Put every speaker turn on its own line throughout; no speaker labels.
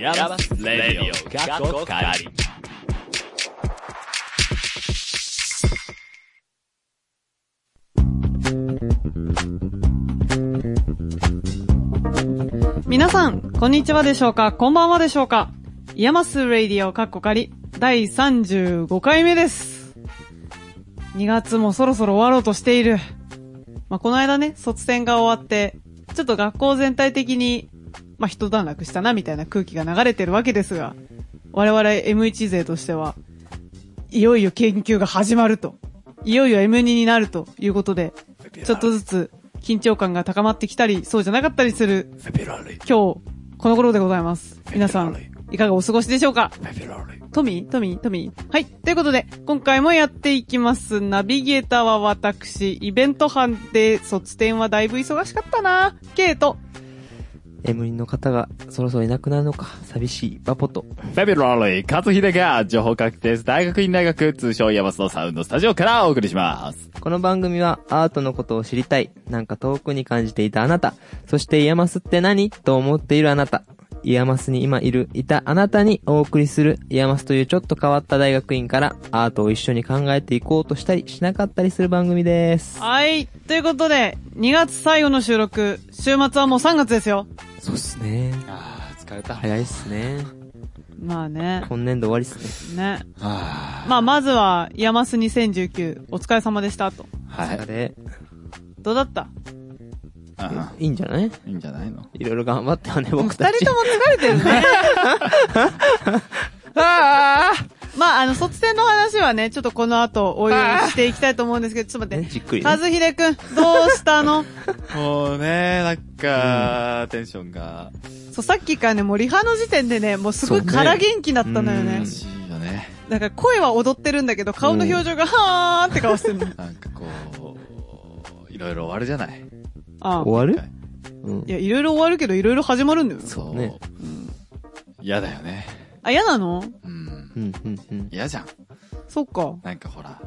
ヤマスレディオ過去カり
皆さん、こんにちはでしょうかこんばんはでしょうかイヤマスレイディオカッコカリ第35回目です。2月もそろそろ終わろうとしている。まあ、この間ね、卒戦が終わって、ちょっと学校全体的に、まあ、一段落したなみたいな空気が流れてるわけですが、我々 M1 勢としては、いよいよ研究が始まると。いよいよ M2 になるということで、ちょっとずつ緊張感が高まってきたり、そうじゃなかったりする
フェペラーレ、
今日、この頃でございます。皆さん、いかがお過ごしでしょうか
フェペラーレ。
トミートミートミーはい。ということで、今回もやっていきます。ナビゲーターは私、イベント班で卒展はだいぶ忙しかったな。ケイト。
M 人の方がそろそろいなくなるのか、寂しいバポと。
フェビュラリー、勝秀が情報確定大学院大学通称ヤマスのサウンドスタジオからお送りします。
この番組はアートのことを知りたい、なんか遠くに感じていたあなた、そしてイヤマスって何と思っているあなた、イヤマスに今いる、いたあなたにお送りする、イヤマスというちょっと変わった大学院からアートを一緒に考えていこうとしたりしなかったりする番組です。
はい。ということで、2月最後の収録、週末はもう3月ですよ。
そうっすね。
あー、疲れた。
早いっすね。
まあね。
今年度終わりっすね。
ね。
は
まあ、まずは、イヤマス2019、お疲れ様でした、と。
はい
あ。れ、
どうだった
う
いいんじゃない
んいいんじゃないの
いろいろ頑張ったよね、僕
二
た
人
ち
と。も疲れてるね。ああ。まあ、あの、卒戦の話はね、ちょっとこの後、おいおいしていきたいと思うんですけど、ちょっと待
ね、
っ
じっく
て。
り、
和
ね。
秀くん、どうしたの
もうね、なんか、テンションが、
そう、さっきからね、もうリハの時点でね、もうすごい
そうね
空元気だったのよ
う
ね
難。しいよね。
だから声は踊ってるんだけど、顔の表情が、はーんって顔してるの。
なんかこう、いろいろ終わるじゃない。
ああ
終。わる
はい
うん
い。や、いろいろ終わるけど、いろいろ始まるんだよ。
そう。
ね
嫌だよね。
あ、嫌なの
うん。
うん、うん、うん。
嫌じゃん。
そっか。
なんかほら、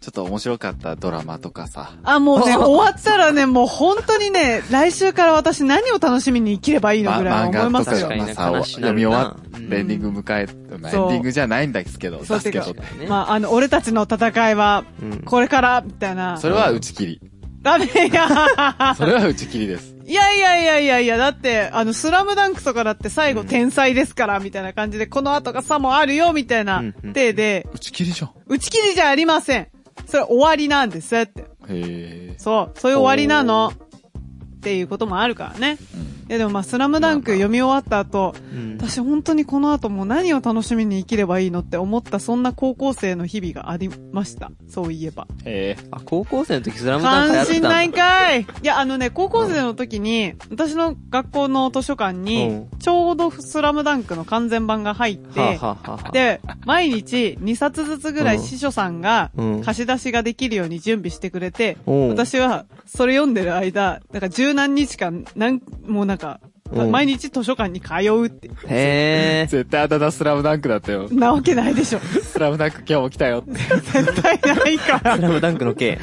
ちょっと面白かったドラマとかさ。
あ、もうね、
あ
終わったらね、もう本当にね、来週から私何を楽しみに生きればいいのぐらいは思いま
漫画
す
と
よ
か。
確かにね
さ
悲し
読
なるな
み終わっ
うん
て、エンディング迎え、まあエ
そう
ンディングじゃないんですけど、
そう
出すけどって。
ね
まあ、あの、俺たちの戦いは、
うん
これから、みたいな。
それは打ち切り。
ダメや。
それは打ち切り です。
いやいやいやいやいや、だって、あの、スラムダンクとかだって最後
うん
天才ですから、みたいな感じで、この後が差もあるよ、みたいな
うんうん、
手で、
打ち切りじゃん。
打ち切りじゃありません。それは終わりなんですって。
へえ。
そう、そういう終わりなの。っていうこともあるからね。
うん
いやでもまあ、スラムダンク読み終わった後、
うん
私本当にこの後もう何を楽しみに生きればいいのって思った、そんな高校生の日々がありました。そういえば。
へえ。
あ、高校生の時スラムダンクや
関心
ってたんだ
ないん かいいや、あのね、高校生の時に、私の学校の図書館
う
に
ん、
ちょうどスラムダンクの完全版が入って、
はあ、はあはあ、
で、毎日2冊ずつぐらい
うん
司書さんが
うん
貸し出しができるように準備してくれて、
うん
私はそれ読んでる間、なんか十何日間、なん、もうなんか、
うん
毎日図書館に通うって、
へえ。
絶対あだ名スラムダンクだったよ。
なわけないで しょ。
スラムダンク今日も来たよ って。
絶対ないか
スラ
ら、
ムダンクの系。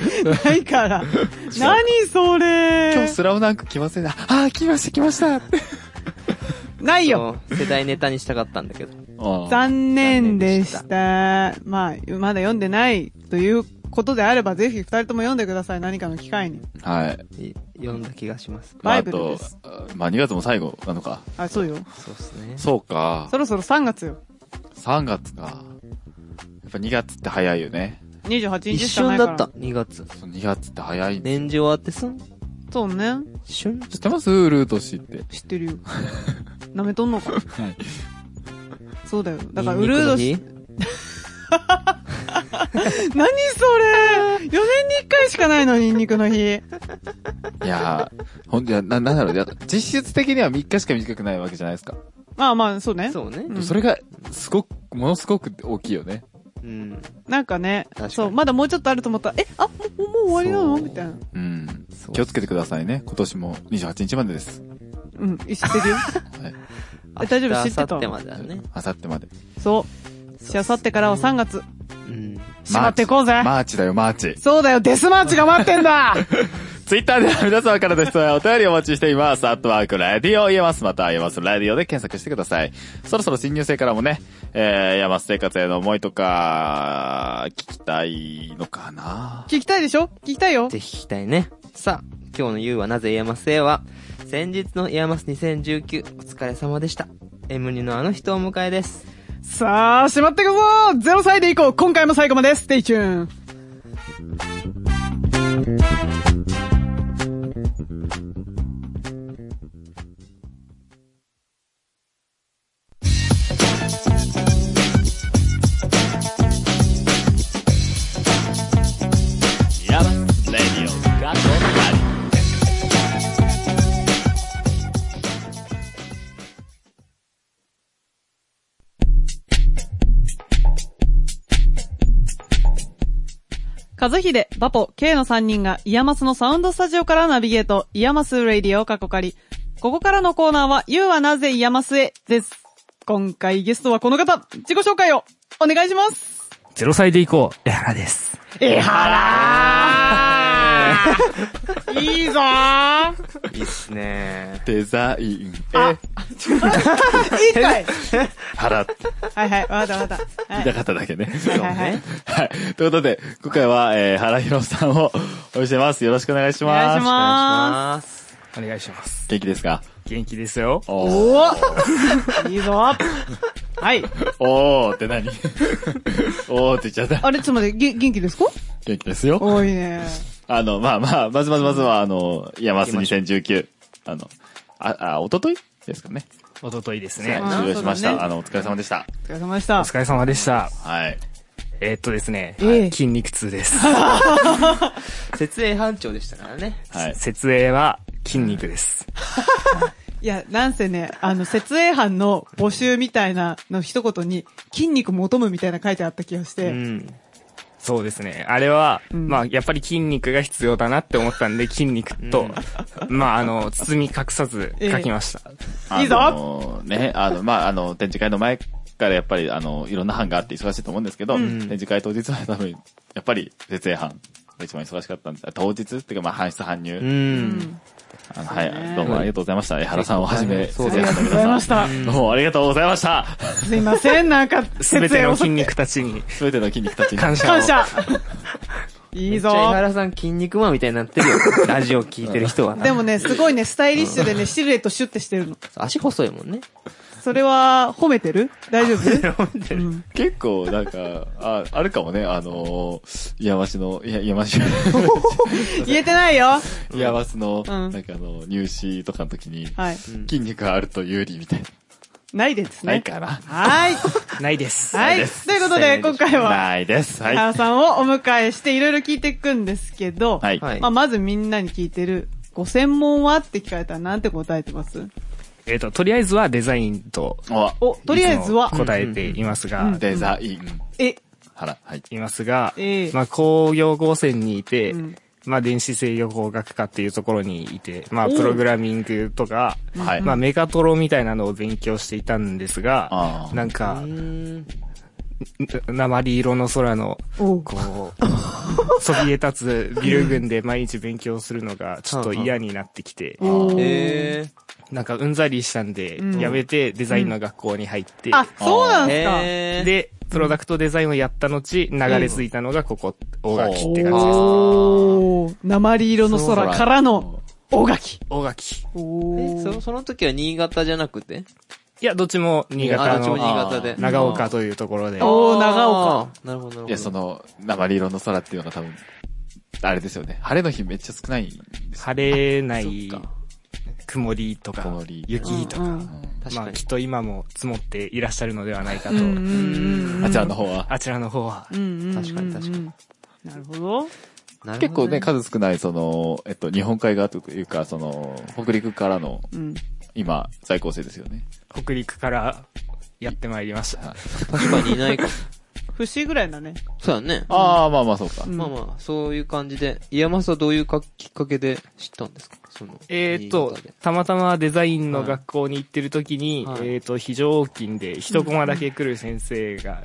ない から。何それ
今日スラムダンク来ませんだ。あー、来ました来ましたって。
ないよ。
そう世代ネタにしたかったんだけど。
残念でし
残
た。まあ、まだ読んでないということであれば、ぜひ二人とも読んでください。何かの機会に。
はい。
い読んだ気がします。
まあ、
バイ
あ
ブルで
と
す、
まあ2月も最後なのか。
あ、そうよ。
そうっすね。
そうか
そ。ろそろ3月よ。
3月か。やっぱ2月って早いよね。
28日
一
しかな
瞬
いか
だ
ら。
った、2月。
その2月って早いんで
年次終わってすん
そうね。
一瞬
知ってますルート氏って。
知ってる よ。舐めとんのか。
はい。
そうだよ。だから、ウ
ニンニ
ルー
クの
ド
日
し、何それ !4 年に1回しかないの、ニンニクの日。
いやー、ほんじゃ、な、なんだろういや、実質的には3日しか短くないわけじゃないですか。
まあまあ、そうね。
そうね。
うん
それが、すごく、ものすごく大きいよね。
うん。
なんかね
確かに
そう、まだもうちょっとあると思ったら、え、あ、もう、もう終わりなの
そう
みたいな。
うん。
そう
気をつけてくださいね。今年も28日までです。
うん、知ってるよ。
明日
大丈夫知ってた
明後日までだね。
あさってまで。
そう。し、あさってからは3月。
うん。
しまっていこうぜ。
マーチだよ、マーチ。
そうだよ、デスマーチが待ってんだ
ずツイッターでは皆様からの質問やお便りをお待ちしています。アットワーク、ラディオ、イエマス、またはイエマス、ラディオで検索してください。そろそろ新入生からもね、えー、イエマス生活への思いとか、聞きたいのかな
聞きたいでしょ聞きたいよ。
ぜひ聞きたいね。さあ、今日の You はなぜイヤマスへは、先日のイヤマス2019、お疲れ様でした。M2 のあの人をお迎えです。
さあ、閉まってくぞ !0 歳でいこう今回も最後までステイチューン
イエマス、ラディオ、ラジオ、ラディオ。
和秀、バポ、K の3人がイヤマスのサウンドスタジオからナビゲート、イヤマスレイディオを過去借り。ここからのコーナーは、You はなぜイヤマスへです。今回ゲストはこの方、自己紹介をお願いします。
ゼロ歳で行こう。エハラです。
えはらー いいぞー
いいっすね
デザイン、え、
いいかい
払っ
はいはい、わかったわかった。はい
たかっただけね。
はいはい。
はい。ということで、今回は、えー、原弘さんをお呼びしてます。よろしくお願いします。
お願いしま
お願いします。
お願いします。
元気ですか
元気ですよ。
おー。
す。いいぞはい。
おーって 何おーって言っちゃった。
あれ、ちょっと待って、げ元気ですか
元気ですよ。
多いね。
あの、まあまあ、まずまずまずは、あの、イヤマス2019。あの、あ、あ、おとといですかね。
おとといです
終
ね
う。ん
了しまし
そう
た。
だね
あの、お疲れ様でした。
お疲れ様でし
お
た。
疲れ様でした。
はい。
えーっとですね、
ええ
はい筋肉痛です。
設営班長でしたからね。
はい。
設営は筋肉です。
いや、なんせね、あの、設営班の募集みたいなの一言に、筋肉求むみたいな書いてあった気がし
う
て、
ん。
そうですね。あれは、
うん
まあ、やっぱり筋肉が必要だなって思ったんで、筋肉と、まあ、あの、包み隠さず書きました。
いいぞ
あのーね、あの、まあ、あの、展示会の前からやっぱり、あの、いろんな班があって忙しいと思うんですけど、展示会当日は多分、やっぱり、設営班が一番忙しかったんです。あ当日っていうか、まあ、搬出搬入。
うん。
あのは
そうね
い、どうもありがとうございました。江原さんをはじめ、
そう
設営
ありが
班
と
の
うございま
皆
し
さ
た。
ん。どうもありがとうございました。
すいません、なんか、
すべ
設
て
営
の
を
筋肉たちに
すべての筋肉たちに。
感謝を。
感謝い
い
いぞ
江原さん筋肉マンみたいになってるよ。ラジオ聞いてる人はな。
でもね、すごいね、スタイリッシュでね、シルエットシュってしてるの。
足細いもんね。
それは、褒めてる大丈夫
結構、なんか、あ、あるかもね、あのー、イヤマシの、いや、イヤマシ、
言えてないよ
イヤマシの、
うん
なんかあの、入試とかの時に、
はい。
筋肉があると有利みたいな。
ないです
ない
ね。
かな
はい。
ないです。
はい。ということで、今回は、
ないです。は
原
い。
さんをお迎えしていろいろ聞いていくんですけど、
はい。
はい
まあ、まずみんなに聞いてる、ご専門はって聞かれたらなんて答えてます
えーっと、とりあえずはデザインと、
お、
お、とりあえずは、
答えていますが、
デザイン、
え、
原、はい。
いますが、
ええ
まあ工業合成にいて、
ん
まあ電子制御工学科っていうところにいて、まあ
おう
プログラミングとか、
はい。
まあメカトロみたいなのを勉強していたんですが、
あー
なんか
う、ん。
な鉛色の空の、
おう
こ う、そびえ立つビル群で毎日勉強するのがちょっと嫌になってきて、
おー
え
なんかうんざりしたんで、やめてデザインの学校に入って、
あ、そうなん
ー。
すか。
えー。
で、プロダクトデザインをやった後、流れ着いたのがここ、大垣って感じです。
おー、鉛色の空からの、大垣。
大垣。
お
え
ー
そ、その時は新潟じゃなくて
いや、どっちも新
あ
潟
どっちも新
の
潟で。
長岡というところで、
おー長
岡。なるほど、なるほど。
いや、その、鉛色の空っていうのは多分、あれですよね。晴れの日めっちゃ少ないんですよ。
晴れない
そっか、
曇りとか
曇り、
雪と
う
か、
ん
確
ま
か
あ
に
き。っと今も積もっていらっしゃるのではないかと
うんう、んうん。
あちらの方は。
あちらの方は
う、んうんうんうん。
確かに確かに
なるほど。
なるほど
結構ね、数少ない、その、えっと、日本海側というか、その、北陸からの、
うん。
今、在校生ですよね。
北陸からやってまいりました。
確かにいないかも。
節ぐらいだね。
そうだね。
ああ、まあまあそうか。
うん
まあまあ、そういう感じで、イヤマスはどういうかきっかけで知ったんですかその。
えー、っと
新潟で、
たまたまデザインの学校に行ってる時に、
はい
えー、っと、非常勤で一コマだけ来る先生が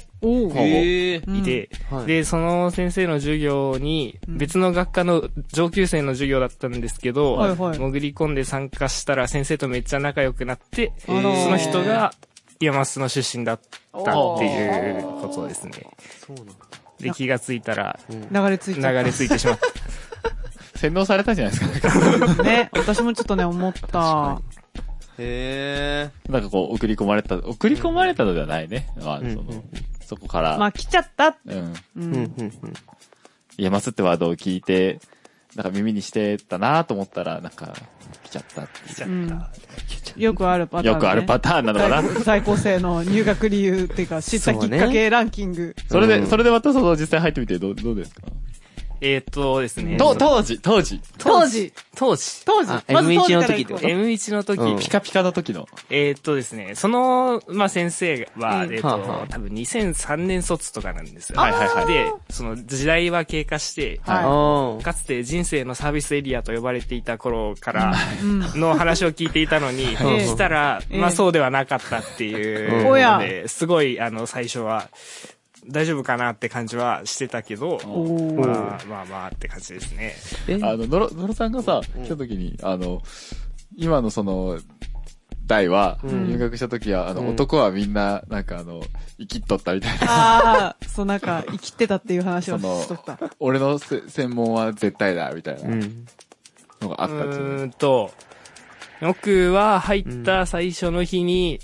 ほう
おー
へえ。
うん
いて、
うんはい
で、その先生の授業に、
うん
別の学科の上級生の授業だったんですけど、
はいはい
潜り込んで参加したら先生とめっちゃ仲良くなって、
あらー
その人が、山須の出身だったっていうことですね。
そうなんだ。
で、気がついたら、
流れ着い
流
ちゃった。
れ着いてし まった。
洗脳されたんじゃないですか。
ね、私もちょっとね、思った。
へえ。
なんかこう、送り込まれた、送り込まれたのではないね。まあ、そ
んう
の、そこから。
まあ、来ちゃった。
うん。
う。
うん、うんん、うん。
いや、マスってワードを聞いて、なんか耳にしてたなと思ったら、なんか、来ちゃったっていう
うんよくあるパターン。
よくあるパ
タ
ターンなのかな。
在校生の入学理由っていうか、知ったきっかけランキング。
それ
う
で、
ん
それでまたその実際入ってみて、どう、どうですか
えー、っとですね。
と、当時、当時。
当時、
当時。
当時
あ、
まず当時から
M1 の時って
行
こ
ことう。
M1 の時、
うん
ピカピカの時の。
えー、っとですね、その、まあ、先生は、
うん
えーっと、
はあはあ
多分2003年卒とかなんですよ。
はいはいはい
で、その時代は経過して、
はい
あ
かつて人生のサービスエリアと呼ばれていた頃 から
ん
の話を聞いていた のに、
ええ
したら、
ええ
まあそうではなかったっていう
お
の
や
で、すごいあの最初は大丈夫かなって感じはしてたけど、
おー
まあまあまあって感じですね。
え
あの、のろ、のろさんがさ、来た時に、あの、今のその、代は、
ん
入学した時は、あ
う
の、
ん
男はみんな、なんかあの、生きっとったみた いな。
ああ、そうなんか、生きてたっていう話はしとった。
俺のせ専門は絶対だ、みたいな
うん。
のがあった
うん
ですよね
ーんと、僕は入った最初の日に、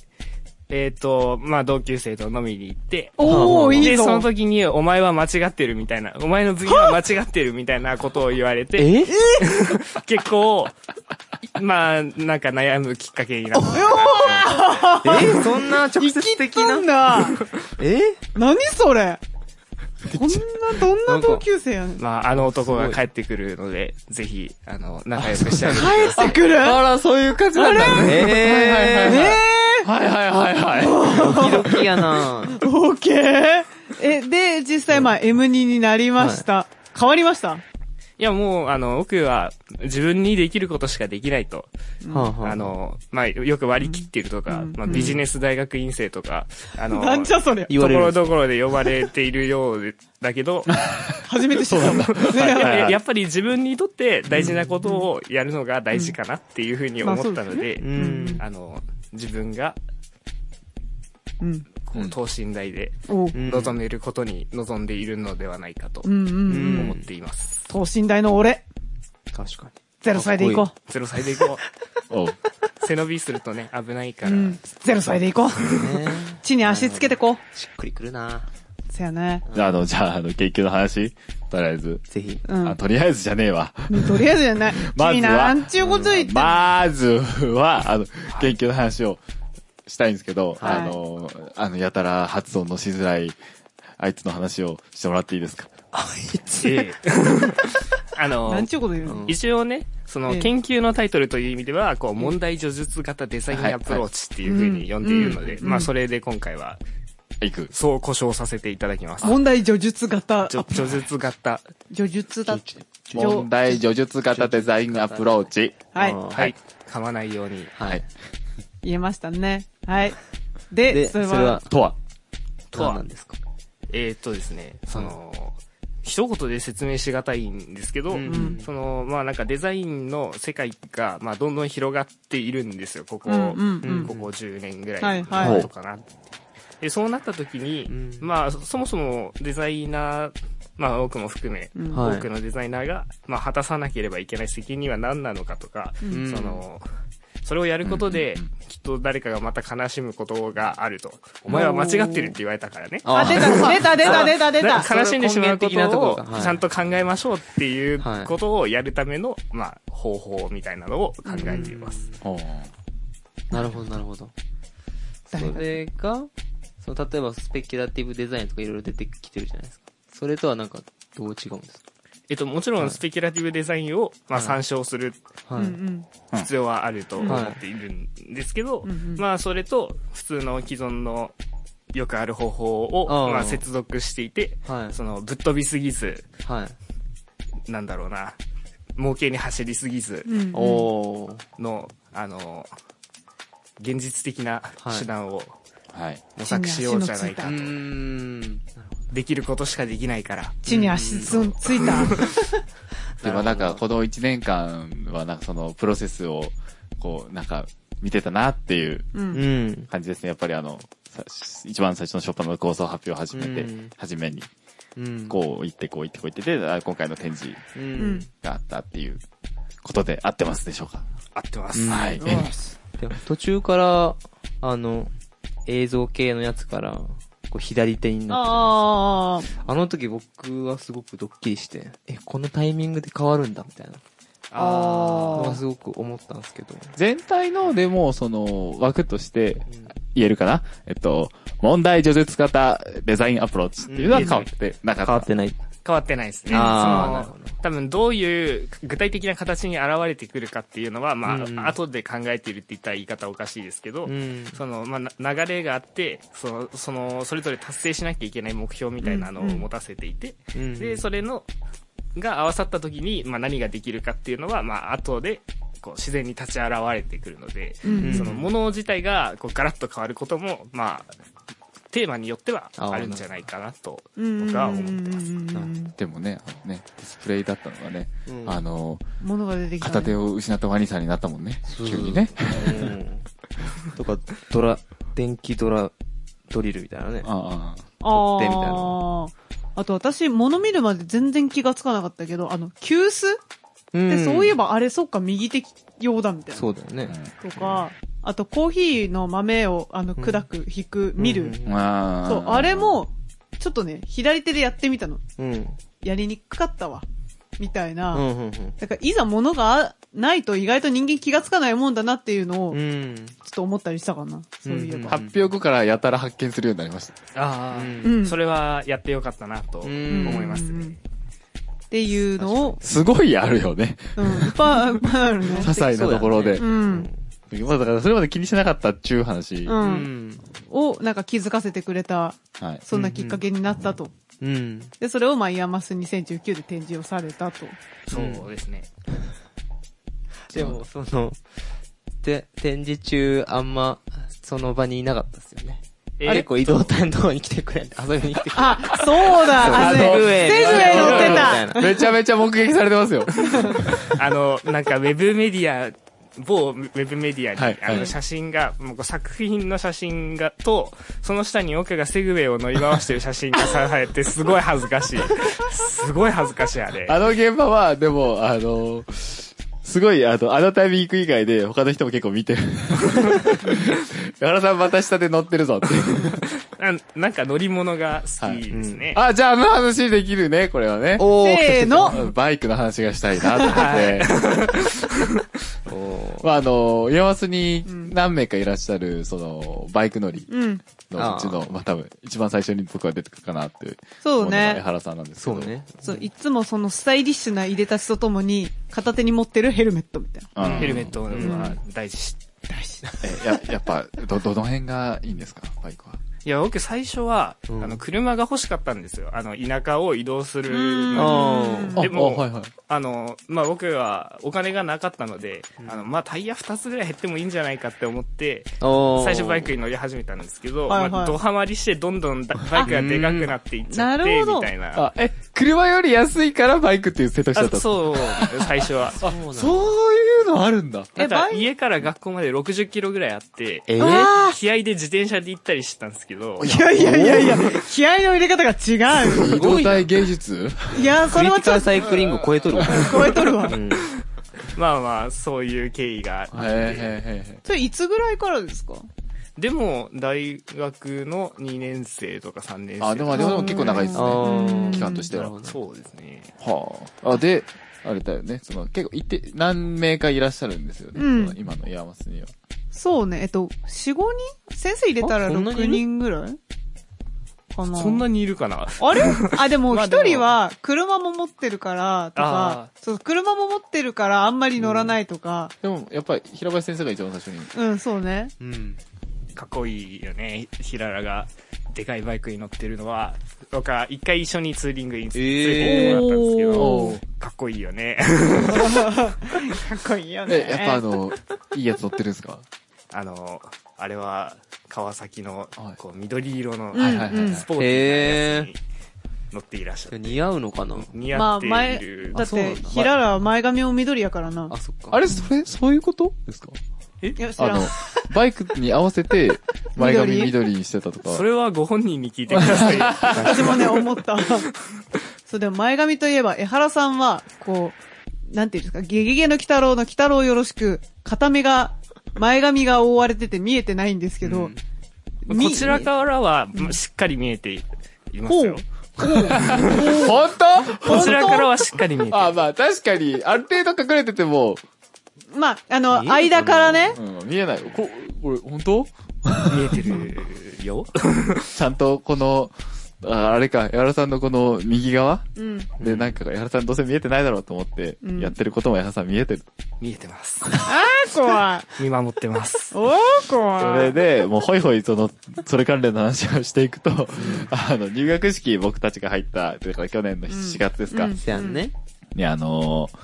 えっ、と、まあ同級生と飲みに行って、
おー、い
で、
い
その
ぞ。
時に、お前は間違ってるみたいな、お前の分野は間違ってるみたいなことを言われて、
え
結構、まあ、なんか悩むきっかけになったかな
えそんな
生
直接
き
的
た
なん
だ。
え
何それ。こんな、どんな同級生やねん。帰
まあ、あの男が帰ってくるので、ぜひ、あの、仲良くしてあげて。
ってくる
あら、そういう感じなんだね。
え
はいはいはいはいは
え
いはいはい。
ー、ドキドキやな
ー、オーケーえ、で、実際、まあ、M2 になりました。変わりました
いや、もう、あの、僕は、自分にできることしかできないと。
はあは
あの、まあ、よく割り切ってるとか、まあ、ビジネス大学院生とか、あの、
なんじゃそりゃ。
言われる
ところどころで呼ばれているようだけど、
初めて知った。
や
ね
ややっぱり自分にとって大事なことをやるのが大事かなっていうふうに思ったので、
うん。
あの、自分が、
うん。
こう、等身大で
おう
うん
望めることに望んでいるのではないかと
うんうんうん。
思っています。
等身大の俺、
確か
ゼロ歳で行こ
ゼロ歳で行こ
おう
う。背伸びす るとね、危ないから。
う。うん。ゼロ歳で行こう。
に。ね
地に足つけてこう。
しっくりくるな
せやね。
じゃあ、あの、じゃあ、あの、研究の話とりあえず。
ぜひ。
うん
あ、。とりあえずじゃねえわ。
とりあえずじゃない。
まずは
君なんちゅうこと言って。
まずは、あの、研究の話をしたいんですけど、
はい
あの、あの、やたら発音のしづらい、あいつの話をしてもらっていいですか
え えあの
な、んちゅうこと言うの
一応ね、そ
え
の
え
研究のタイトルという意味では、こう、問題叙述型デザインアプローチっていうふうに呼んでいるので、
うん
まあそれで今回は、
いく。
そう故障させていただきます。
問題叙述型。
叙叙述型。
叙述だ。
問題叙述型デザインアプローチ。
はい。
あ
はい。噛まないように。
はい。
言えましたね。はい。で、
で、
そ
そ
れ
れ
は
は、、
とは。
とは
何なんですか
えーっとですね、その、一言で説明しがたいんですけど、
ん
その、まあなんかデザインの世界が、まあどんどん広がっているんですよ、ここ、
うんうんうん
ここ10年ぐら
はい
い
はい
のことかな。で、そうなった時に、
ん
まあそもそもデザイナー、まあ多くも含め、
うん
はい
多くのデザイナーが、まあ果たさなければいけない責任は何なのかとか、
ん
その、それをやることで、きっと誰かがまた悲しむことがあると。お前は間違ってるって言われたからね。
あ、出た、出た、出た、出た、出
なん
た。
か悲しんでしまうこと
それは根源的なところ
を
かはい
ちゃんと考えましょうっていう
はい
ことをやるための、まあ、方法みたいなのを考えています。
おう
なるほど、なるほど。そ
誰が
れが、その、例えばスペキュラティブデザインとかいろいろ出てきてるじゃないですか。それとはなんか、どう違うんです
えっと、もちろんスペキュラティブデザインを、まあ、参照する
か
う
はい。
ん
必要はあると
ん
思っているんですけど、
んうん
まあ、それと、普通の既存のよくある方法
う
を、
ん
まあ、接続していて、
はい
その、ぶっ飛びすぎず、
はい。
なんだろうな、儲けに走りすぎず
うんうん
おー。
の、あの、現実的な
はい
手段を
はい。
模索しようじゃないか
う
と。
ーん。
できることしかできないから。
地に足つついた。
でもなんか、この1年間は、なんかその、プロセスを、こう、なんか、見てたなっていう
う。
うんん。
感じですね。やっぱりあの、さ一番最初の初っ端の構想発表を始めて
うん、
初めに、
うん。
こう行って、こう行って、こう行ってで、あ今回の展示
う
うんん。
があったっていうことで合ってますでしょうか
合ってま
う
す。
ん
はい。
でも途中から、あの、映像系のやつから、こう左手になって
ああ、
あの時僕はすごくドッキリして、え、このタイミングで変わるんだみたいなの
あ
はすごく思ったんですけど。
全体のでも、その、枠として言えるかなえっと、問題叙述型デザインアプローチっていうのは変わってなかっ
変わ
た。
ってない。
変わってないですね。そ
あー
のあの多分どういう具体的な形に現れてくるかっていうのは、まあ、
うんうん
後で考えているって言ったら言い方おかしいですけど、
うん。
その、まあ、な流れがあって、その、その、それぞれ達成しなきゃいけない目標みたいなのを
うんうん
持たせていて、
うん
で、それの、が合わさった時に、まあ、何ができるかっていうのは、まあ、後で、こう、自然に立ち現れてくるので、
うん
その、もの自体が、こう、ガラッと変わることも、まあ、テーマによってはあるんじゃないかなと、
うん。
僕は思ってます。
うん
でもね、あのね、ディスプレイだったのがね、
うん
あの、
物が出てきたね。
片手を失ったワニさんになったもんね。
そう
急 にね。
うんとか、ドラ、電気ドラ、ドリルみたいなね。
ああ
あ
取ってみたいな
あ。あと私、物見るまで全然気がつかなかったけど、あの、急須ってそういえ
ば。
ばあれ、そっか、右手用だみたいな。
そうだよね。
とか、あとコーヒーの豆を、あの、砕く、引く、見る。
うん。ああ。
そう、あれ、も、ちょっとね、左手でやってみたの。
うん。うん。
やりにくかったわ。みたいな。
うん。
だから、いざ物がないと意外と人間気がつかないもんだなっていうのを、
う
ちょ
ん。
っと思ったりしたかな。そういえば。
発表後からやたら発見するようになりました。
ああ、
うん
うん
それはやってよかったなと
うん
思います
うんうんう
ね
ん。っていうのを、
すごいあるよね。
うん、いっぱいいっぱいあるね
些。細なところで
う。。
うんん。
まあだからそれまで気にしなかったっちゅう話。
う。
は
うんん。
を、なんか気づかせてくれた、
い。
そんなきっかけになったと。
うん。
で、それを、まあ、イヤマス2019で展示をされたと。
うん
そうですね。
でも、その、で、展示中、あんま、その場にいなかったですよね。
えー
結構移動担当に来てくれて、遊びに来てくれて。
あ、そうだ、あのね、セ
そう
グウェイ乗ってた。
めちゃめちゃ目撃されてますよ。
あの、なんかウェブメディア、某ウェブメディアに、
はい
あ
は
の
い
写真が、もうこう作品の写真が、と、その下に奥がセグウェイを乗り回してる写真がされて、すごい恥ずかしい。すごい恥ずかしい、あれ。
あの現場は、でも、あの、すごい、あの、あのタイミング行く以外で他の人も結構見てる。山田さんまた下で乗ってるぞって。
ななんか乗り物が好きですね。
あ、じゃああの話できるね、これはね。
おー
せーの。
バイクの話がしたいなと思って。
おー
まあ、あの、山スに何名かいらっしゃる、その、バイク乗り
うん。
のうちの、まあ、多分、一番最初に僕は出てくるかなって。
そう
江
ね。
原さんなんですけ
そ
ど。
う。ね。
そう、いつもそのスタイリッシュないでたちとともに、片手に持ってるヘルメットみたいな。
うん
ヘルメットは大事。
大事。
え、や、やっぱ、ど、どの辺がいいんですかバイクは。
いや、僕最初は、
うん
あの、車が欲しかったんですよ。あの、田舎を移動する
うん
のに
あ
あ
でも
あはいはい。
あの、まあ、僕はお金がなかったので、あの、まあ、タイヤ2つぐらい減ってもいいんじゃないかって思って、
おー
最初バイクに乗り始めたんですけど、
はいはい
まあ、ドハマりしてどんどんだバイクがでかくなっていっちゃっ
あな
て、
るほど
みたいな。
あ、え、車より安いからバイクっていう選択肢だった
あそう、最 初は。
そうなんだ
そういうのあるんだ。
え
なんか
バイク
家から学校まで60キロぐらいあって、
えー
あ
気合で自転車で行ったりしてたんですけど、
いやいやいやいや、気合の入れ方が違う。
移動体芸 術
いや、そ
ク
れ
リテ
はちょ
ィカル
っと
サイクリングを超えとるわ。
超えとるわ。
うん。
まあまあ、そういう経緯があって
へーへーへーへ
それいつぐらいからですか
でも、大学の2年生とか3年生
ーあ、でも、で
とか
も結構長いです
あ
ね。
ー
期間として
なる
は
ほ。ど
そうですね。
はあ。あ、で、あれだよね。その、結構、行って、何名かいらっしゃるんですよね。
うん
その今のイヤーマスには。
そうね、えっと、4、5人先生入れたら
あそんなに
6人ぐらいかな。
そんなにいるかな
あれあ、でも
まあでも
一人は車も持ってるからとか
あ、
そう、車も持ってるからあんまり乗らないとか、
でも、やっぱり、平林先生が一番最初に。
うん、そうね。
うん。
かっこいいよね、ひららが。でかいバイクに乗ってるのは、僕は一回一緒にツーリングにつ
え
連
ー
れて行ってもらったんですけ
お
ど
ー、
かっこいいよね。
かっこいいよね。
え、やっぱあの、いいやつ乗ってるんですか
あの、あれは、川崎の
はい、
こう、緑色の、
うん
はいはいはいはい
スポーツなやつに乗っていらっしゃる。
似合うのかな
似
ま
合
あ
って
前
いる、。
だ
あ
っ
そうな
て、
んだ
ひららは前髪も緑やからな
あ、。そっか。
あれ、それ、そういうことですか
いや、知
あ
ら
の
ん。、
バイクに合わせて、前髪
緑
緑にしてたとか。
それはご本人に聞いてください。
私もね、思った。そう、でも前髪といえば、江原さんは、こう、なんていうんですか、ゲゲゲの鬼太郎の鬼太郎よろしく、片目が、前髪が覆われてて見えてないんですけど、み
こちらからは、まあしっかり見えています
ほう
よ。。
本当
こちらからはしっかり見えてい る。
あまあ確かに、ある程度隠れてても、
まあ、あの、
見えるかな
間からね、
うん、見えない。こ、これ、本当
見えてる よ。
ちゃんとこの、ああれか、矢原さんのこの右側
うん。
で、なんか、矢原さんどうせ見えてないだろうと思って
うん、
やってることも矢原さん見えてる。
見えてます。
あー怖い。
見守っ てます。
おー
そ
怖
れ
い。
で、もうホイホイその、それ関連の話をしていくと、あの、入学式僕たちが入った、というか去年の7月ですか。
うん
じゃんね。
ね、あのー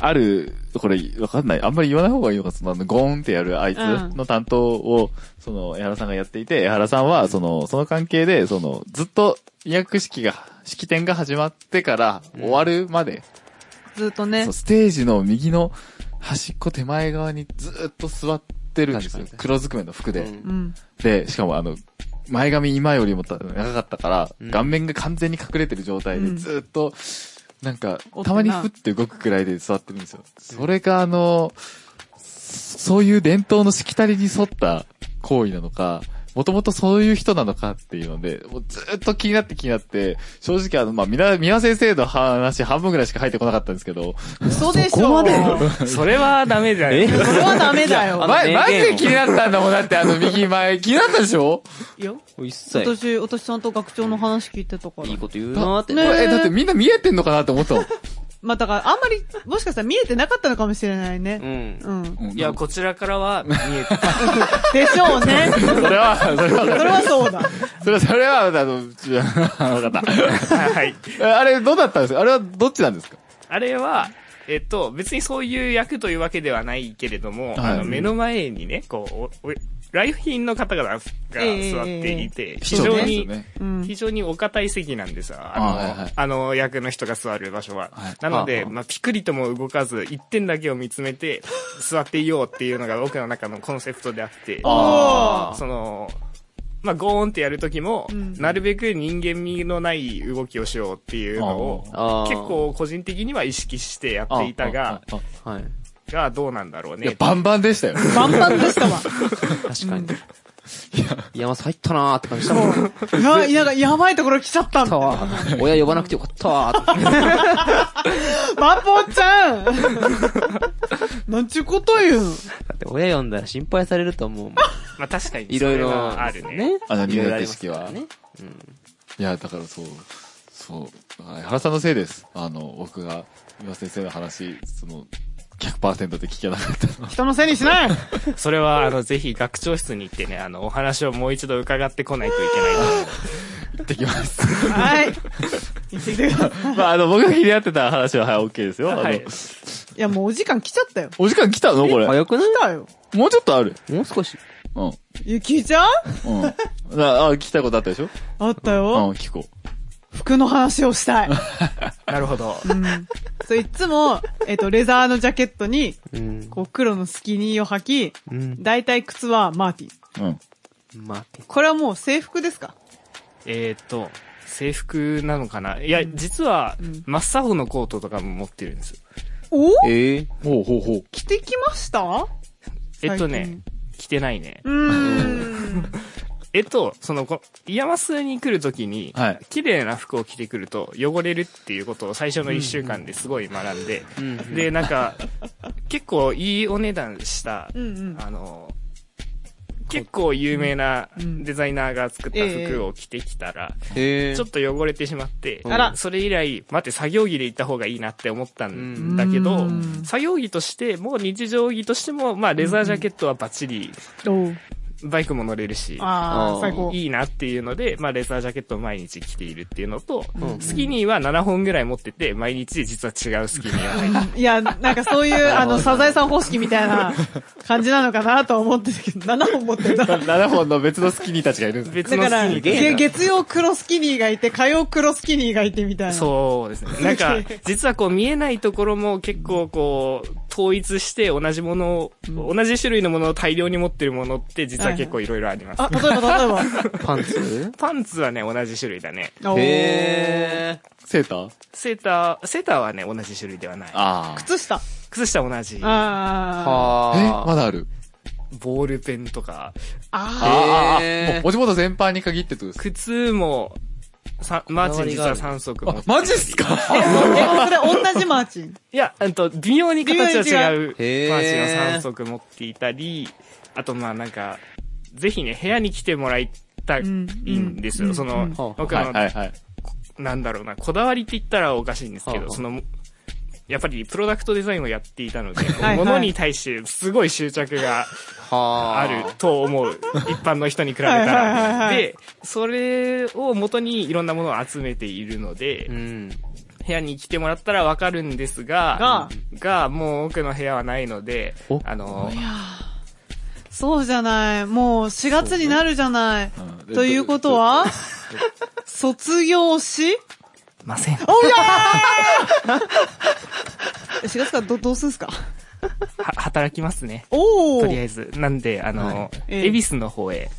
ある、これ、わかんない。あんまり言わない方がいいのか、その、あのゴーンってやるあいつ
うん
の担当を、その、江原さんがやっていて、江原さんは、その、その関係で、その、ずっと、入学式が、式典が始まってから、終わるまで、
ずっとね
そう、ステージの右の端っこ手前側にずーっと座ってるんですよ
確か。に
黒ずくめの服で。
うん
うん。
で、しかもあの、前髪今よりもた長かったから、
うん
顔面が完全に隠れてる状態
う
で
ん
ずーっと、なんか
おって
た
な、
まにふって動くくらいで座ってるんですよ。それがあの、そそういう伝統のしきたりに沿った行為なのか、もともとそういう人なのかっていうので、もうずーっと気になって気になって、正直あの、まあ、みな、みな先生の話半分ぐらいしか入ってこなかったんですけど、
嘘でしょ。
そこまで
それはダメだよ。
それはダメだ
あ
よ
の。
ま、
名言を
マジで気になったんだもん、だってあの右前、気になったでし ょ
いいよ。
一切。
私、私ちゃんと学長の話聞いてたから
いい。こと言うなーって。
これ、え、だってみんな見えてんのかなって思ったもん。
まあ、だから、あんまり、もしかしたら見えてなかったのかもしれないね。
ん。
うん。
いや、こちらからは見えてます。
でしょうね。
それ は、それ
そ
は、
れはそうだ。
それは、それは、あの、ちゅわかった。
はい。
えあれ、どうだったんですかあれは、どっちなんですか
あれは、えっと、別にそういう役というわけではないけれども、
はい
あの、目の前にね、こう、おお来賓の方々が座っていて、非常
ですよ
に、
ね。
うん。
非常にお堅い席なんですよ。あの、
あ
あ,、
はいはい
の役の人が座る場所は。
はい
なの
は
で、
あはあ
まあ、ピクリとも動かず、一点だけを見つめて、座っていようっていうのが僕の中のコンセプトであって、
あ
その、まあ、ゴーンってやる時も、
うん
なるべく人間味のない動きをしようっていうのを、
あー
結。構個人的には意識してやっていたが、
ああ
はい。
がどうなんだろう
いや
ね、。
バンバンでしたよ。
バンバンでしたわ。
確かに。いや、山入ったなーって感じしたもん。来
な、なんか、やばいところ来ちゃったん
た
だ。
わー 親呼ばなくてよかったわーって。
マポちゃんなんちゅうこと言うん。
だって親呼んだら心配されると思うもん。
まあ、確かに
い
そ
ろい
れ
ろ。
はあるね。。
あの
いろいろありますからね。
いや、だからそう、そう、はい原さんのせいです。あの、僕が、今先生の話、その、100%で聞けなかったの。
人のせいにしない
それは、あの、ぜひ学長室に行ってね、あの、お話をもう一度伺ってこないといけないと思う。
行ってきます。
はい。言ってきてください。
まあ、あの、僕が気になってた話は、はい、OK ですよ。あの
はい
いや、もうお時間来ちゃったよ。
お時間来たのこれ。
早くな
来たよ。
もうちょっとある。
いもう少し。
うん。うん。
いや、聞いちゃう
あ、あ聞きたいことあったでしょ
あった
うん
よ。、
聞こう。
服の話をしたい。
なるほど。
うん。そう、いつも、えっと、レザーのジャケットに、
うん。
こう、黒のスキニーを履き、
うん。
大体靴はマーティン。
うん。
待って。
これはもう制服ですか
えーっと、制服なのかないや、実は
ん、
真っ青のコートとかも持ってるんですよ。
お
ええ。
ほうほうほう。
着てきました
えっとね、着てないね
最近。うーん。
えっと、その、こイヤマスに来るときに、
はい。
綺麗な服を着てくると汚れるっていうことを最初の1週間ですごい学んで、
うん。
で、なんか、結構いいお値段した、
うんうん。
あの、結構有名な
うん
デザイナーが作った
ええ
服を着てきたら、
ええ。
ちょっと汚れてしまって、
あ
ら
それ以来、待って、作業着で行った方がいいなって思ったんだけ
う
ど
ん、
作業着としても、日常着としても、まあ、レザージャケットはバッチリ
おう
バイクも乗れるし、
あ
あ
あ、
ー
最高。
いいなっていうので、まあ、レザージャケットを毎日着ているっていうのと、
うん
スキニーは7本ぐらい持ってて、毎日実は違うスキニーを履いて
いや、なんかそういう、あの、サザエさん方式みたいな感じなのかなとは思ってるけど、7本持ってた。だ
7本の別のスキニーたちがいるんです。
別の
か
スキ
ら、
ニー
げ月曜黒スキニーがいて、火曜黒スキニーがいてみたいな。
そうですね。なんか、実はこう見えないところも結構こう、統一して同じものを、同じ種類のものを大量に持ってるものって実は結構いろいろあります。
あ、例えば、例えば。
パンツ
パンツはね、同じ種類だね。
おー
へ
セーター
セーター、セーターはね、同じ種類ではない。
ああ。
靴下。
靴下同じ
あ。あ
ー。。
え
は
まだある
ボールペンとか。
あ
あ
へー
あ。もう、もちもと全般に限ってってことですか
靴も、さマーチン実は3足持ってる
マジっすか
あ。え、それ同じマーチン。
いや、うんと、微妙に形は違う
違う
パンチ
へー
の3足持っていたり、あとまあなんか、ぜひね、部屋に来てもらいたいんですよ。
うん
そ
うんうん
の、僕
はい
の、
はいはい。
なんだろうな、こだわりって言ったらおかしいんですけ
はあ
ど、
はあ
その、やっぱりプロダクトデザインをやっていたので、
いはい
物に対してすごい執着が
は
あると思 う。一般の人に比べた
はいはいはい
ら。
はい
で、それを元にいろんなものを集めているので、
うん。
部屋に来てもらったらわかるんです
が
が、が、もう奥の部屋はないので
お、
あの、
そうじゃない。もう4月になるじゃない。ということは、卒業し
ません。は
おやー4月からど、どうすんすか
働きますね。
おー
とりあえず。なんで、あの、
ええ
恵比寿の方へ、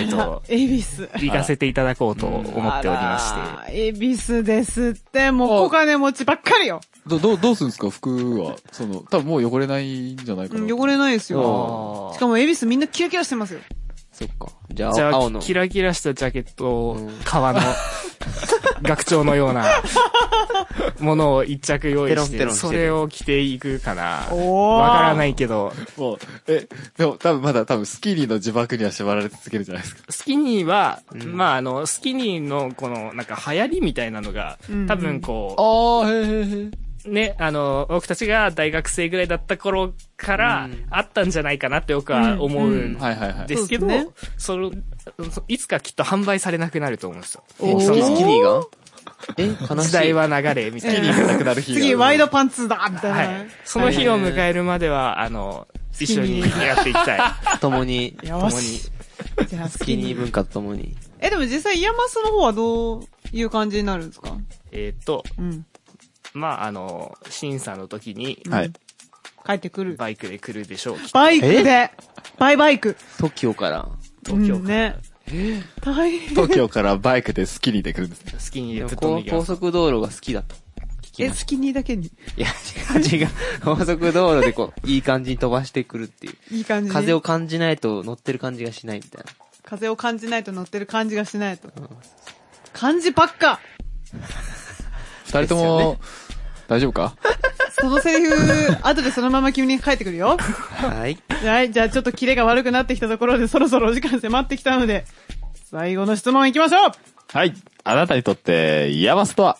えっと、
エビス。
行かせていただこうと思っておりまして。
て。エビスですって、もう小金持ちばっかりよ。
ど、どう、どうするんですか服は。その、多分もう汚れないんじゃないか
うん
な。
汚れないですよ。
あ
し
ー
かもエビスみんなキラキラしてますよ。
そっか。じゃ
じ
あ、
ゃ
青
あ、
の。
キラキラしたジャケットを、革の、 学長のような、ものを一着用意
ペ
し
ロンペ
て、
ロンしてる
それを着ていくかな。
おー
わからないけど、
もう、え、でも多分まだ多分スキニーの自爆には縛られ続けるじゃないですか。
スキニーは、まああの、スキニーのこの、なんか流行りみたいなのが
うんうん、
多分こ
ああ、へーへーへー
う、ね、あの、僕たちが大学生ぐらいだった頃から
うん、
あったんじゃないかなって僕は思う
うん
ん
はいはいはい。
ですけど
そうですね、
その、そいつかきっと販売されなくなると思うんですよ。
おー
スキスキニーがえ悲しい。
時代は流れ、みたいな。
なくなる日が
次、ワイドパンツだみた
はいい
な。。
その日を迎えるまでは、あの、一緒にやっていきたい。
共に、
よし。じゃあ、
ス
ス
キ
キ
ニ
ニ
ー
ー。
文化と共に。
え、でも実際、イヤマスの方はどういう感じになるんですか
えっと、
うん。
まああの、審査の時に、
はい。
帰ってくる。
バイクで来るでしょう。
バイクで。バイバイク。
TOKIO から。
東京
うん
から
ね。大変。
東京からバイクでスキニーで来るんですね。
スキニ
で
ーで
も
ぶっ飛ん
こう
でいきま
高
す。
速道路が好きだと。
え、スキニーだけに。
いや、違う違う。高速道路でこう、いい感じに飛ばしてくるっていう。
いい感じに。
風を。感じないと乗ってる感じがしないみたい
風を感じないと乗ってる感じがしないと。感じばっか。
二人と
ですよ
も、大丈夫か
そのセリフ、後でそのまま君に帰ってくる よ。
な。はい。
はい、じゃあちょっとキレが悪くなってきたところでそろそろお時間迫ってきたので、最後の質問行きましょう
はい。あなたにとって、イヤマスとは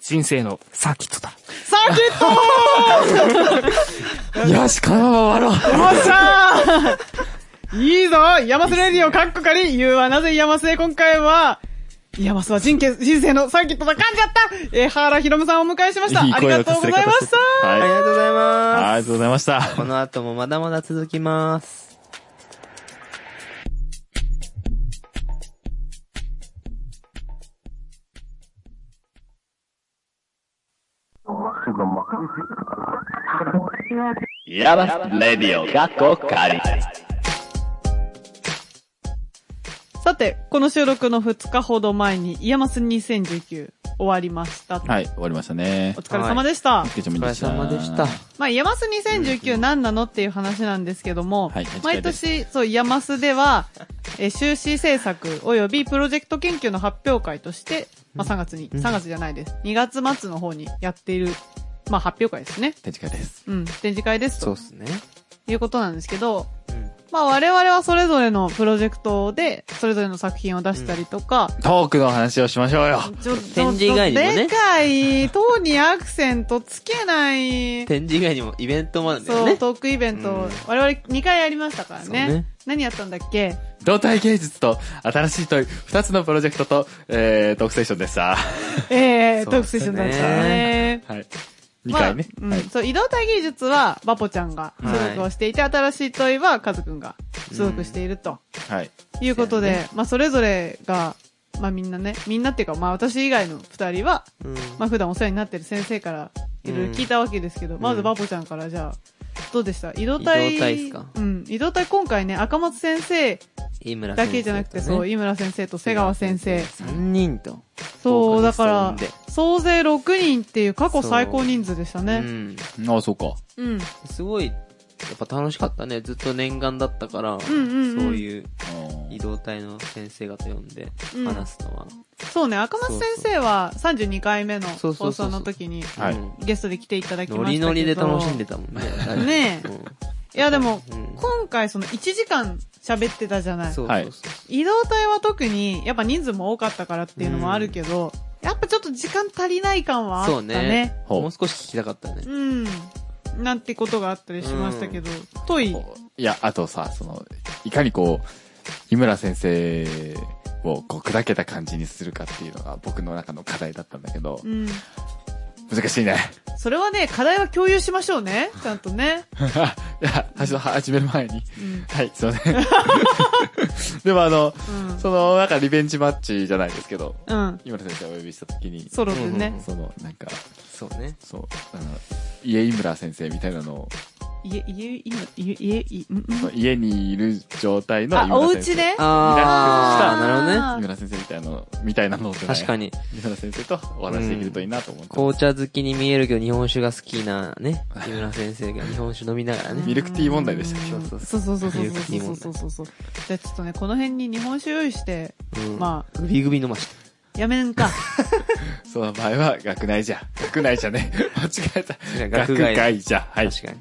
人生のサーキットだ。
サーキット
よし、このまま終わろう。
よっしゃーいいぞイヤマスレディオかっこかり言うはなぜイヤマスへ今回は、イヤマスは人生人生のサーキットだ感じだったえー、原ひろむさんをお迎えしました。
いい
あり
声
が
の
とう
崩
ご
れ
ざい
方
ま
し
した
て。はい。
ありがとうございます。
ありがとうございました。
この後もまだまだ続きます。
イヤマスレディオ、学校かり。
さて、この収録の2日ほど前にイヤマス2019終わりました。
はい、終わりましたね
お。疲れ様でした。
お疲
お疲れ様でした。
まあ、イヤマス2019何なのっていう話なんですけども、
はいはい
毎年、そう、イヤマスでは、えー修士制作及びプロジェクト研究の発表会として、まあ、3月に、3月じゃないです。2月末の方にやっている、まあ、発表会ですね。
手近です。
うん、展示会です
そう
と
っすね。
いうことなんですけど、
うん
ままあ我々はそれぞれのプロジェクトで、それぞれの作品を出したりとか、
トークの話をしましょうよ。
ちょ、
展示以外にもね
でかい、塔にアクセントつけない。
展示以外にもイベントもあるんだよ
そう、
ね。
トークイベント、
うん
我々2回やりましたからね。
そうね
何やったんだっ け
動体芸術と新しい問い二つのプロジェクトと、えー、トークセッションでした。
ええト
そう
ー
っ
ク
す
セッ
ね
ションだったね。
はい。二回ね。
まあうん、そう、移動体技術は、バポちゃんが所属をしていて、新しい問いは、カズくんが所属していると。
はい。
いうことで、
そう
まあ、それぞれが、まあ、みんなね、みんなっていうか、まあ、私以外の二人は、
うん
まあ、普段お世話になってる先生から、いろいろ聞いたわけですけど、まず、バポちゃんから、じゃあ、どうでした移動体。
移動体っすか
うん。移動体今回ね、赤松先生
井村先
だ
生
けじゃなくて、
とね
そう、井村先生と瀬川先生。
三人と。
そう、だか
豪華ゲストを呼
ら
んで、
総勢6人っていう過去最高人数でした
う
ね。
ん。
ああ、そうか。
うん。
すごい、やっぱ楽しかったね。ずっと念願だったから、そう
うんうん
いう
うん
移動隊の先生方呼んで
うん
話すのは。
そうね、赤松先生は32回目の
そうそ
放
うそうそう
送の時に、
はい
うん
ゲストで来ていただきましたけど。
ノリノリで楽しんでたもんね。
ねえ
うん
いやでも、
うん
今回その1時間喋ってたじゃない。
そう
は
そ
いう
そう。
移動隊は特に、やっぱ人数も多かったからっていうのもあるけど、やっぱちょっと時間足りない感はあっ
そ
た
う
ね
ね。。
ほう
もう少し聞きたかったね。
うん。なんてことがあったりしましたけど、とい、
いや、あとさ、その、いかにこう、井村先生をこう砕けた感じにするかっていうのが僕の中の課題だったんだけど
う、ん。
難しい ね。
それはね、課題は共有しましょうね。ちゃんとね。
いや、はじ始める前に。
うん。
はい、すい ません。でもあの、
うん
その、なんかリベンジマッチじゃないですけど、
うん。
井村先生をお呼びした時に、
ソロでね。
その、なんか、
そうね。
そう、あの、家井村先生みたいなのを、
家、家、今、家、家、いうんうん
その家にいる状態の井
あ、お
村先
家
生。
で
あー、なるほどね。
井村先生みたいなの、みたいなのじゃない
確か。に。
井村先生とお話しできるといいなと思ってます。
紅茶好きに見えるけど日本酒が好きなね、井村先生が日本酒飲みながらね。
ミルクティー問題でしたっけ
そうそう
そうそうそうそう
ミルクティー
そう
問題
そうそうそう。じゃあちょっとね、この辺に日本酒用意して、
うん
ま
グビグビ飲まして。
あ、やめ んか。
その場合は、学内じゃ。学内じゃね。 間違えた。
違う
学
学外
外じゃ。はい。
確かに。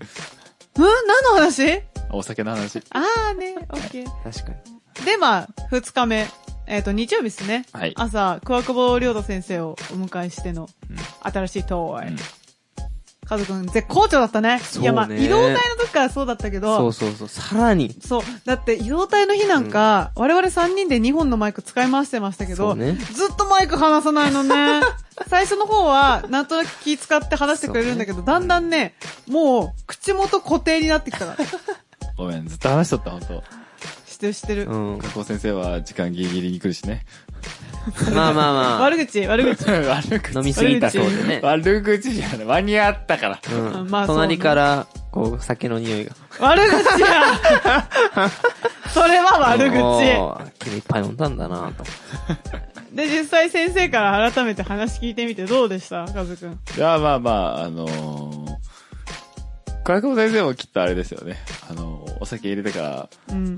うん何の話
お酒の話。
あーね、オッケー。
確かに。
で、まあ、二日目。えっ、と、日曜日ですね。
はい
朝、桑久保良太先生をお迎えしての、新しいトーイ。
うん
カズくん、絶好調だったね。
そうね
いや、まあ、移動隊の時からそうだったけど、
そうそうそう。さらに。
そう。だって、移動隊の日なんか、我々3人で2本のマイク使い回してましたけ
そ
ど、
うね
ずっとマイク離さないの ね。最初の方は、なんとなく気使って話してくれるんだけど、だんだんね、もう、口元固定になってき たから。
ごめん、ずっと話しとった、本当
してるしてる。
うん。
学校先生は時間ギリギリに来るしね。
まあまあまあ。
悪口、悪口。
悪口。
飲みすぎたそうでね。
悪口じゃない。間に合ったから。
う
まあ
ん。
そうね
隣から、こう、酒の匂いが。
悪口 やそれは悪口。
おー。君いっぱい飲んだんだなと。
で、実際先生から改めて話聞いてみてどうでしたカズくん。
いや、まあまあ、あのー、倉久保先生もきっとあれですよね。あのー、お酒入れてから
うん。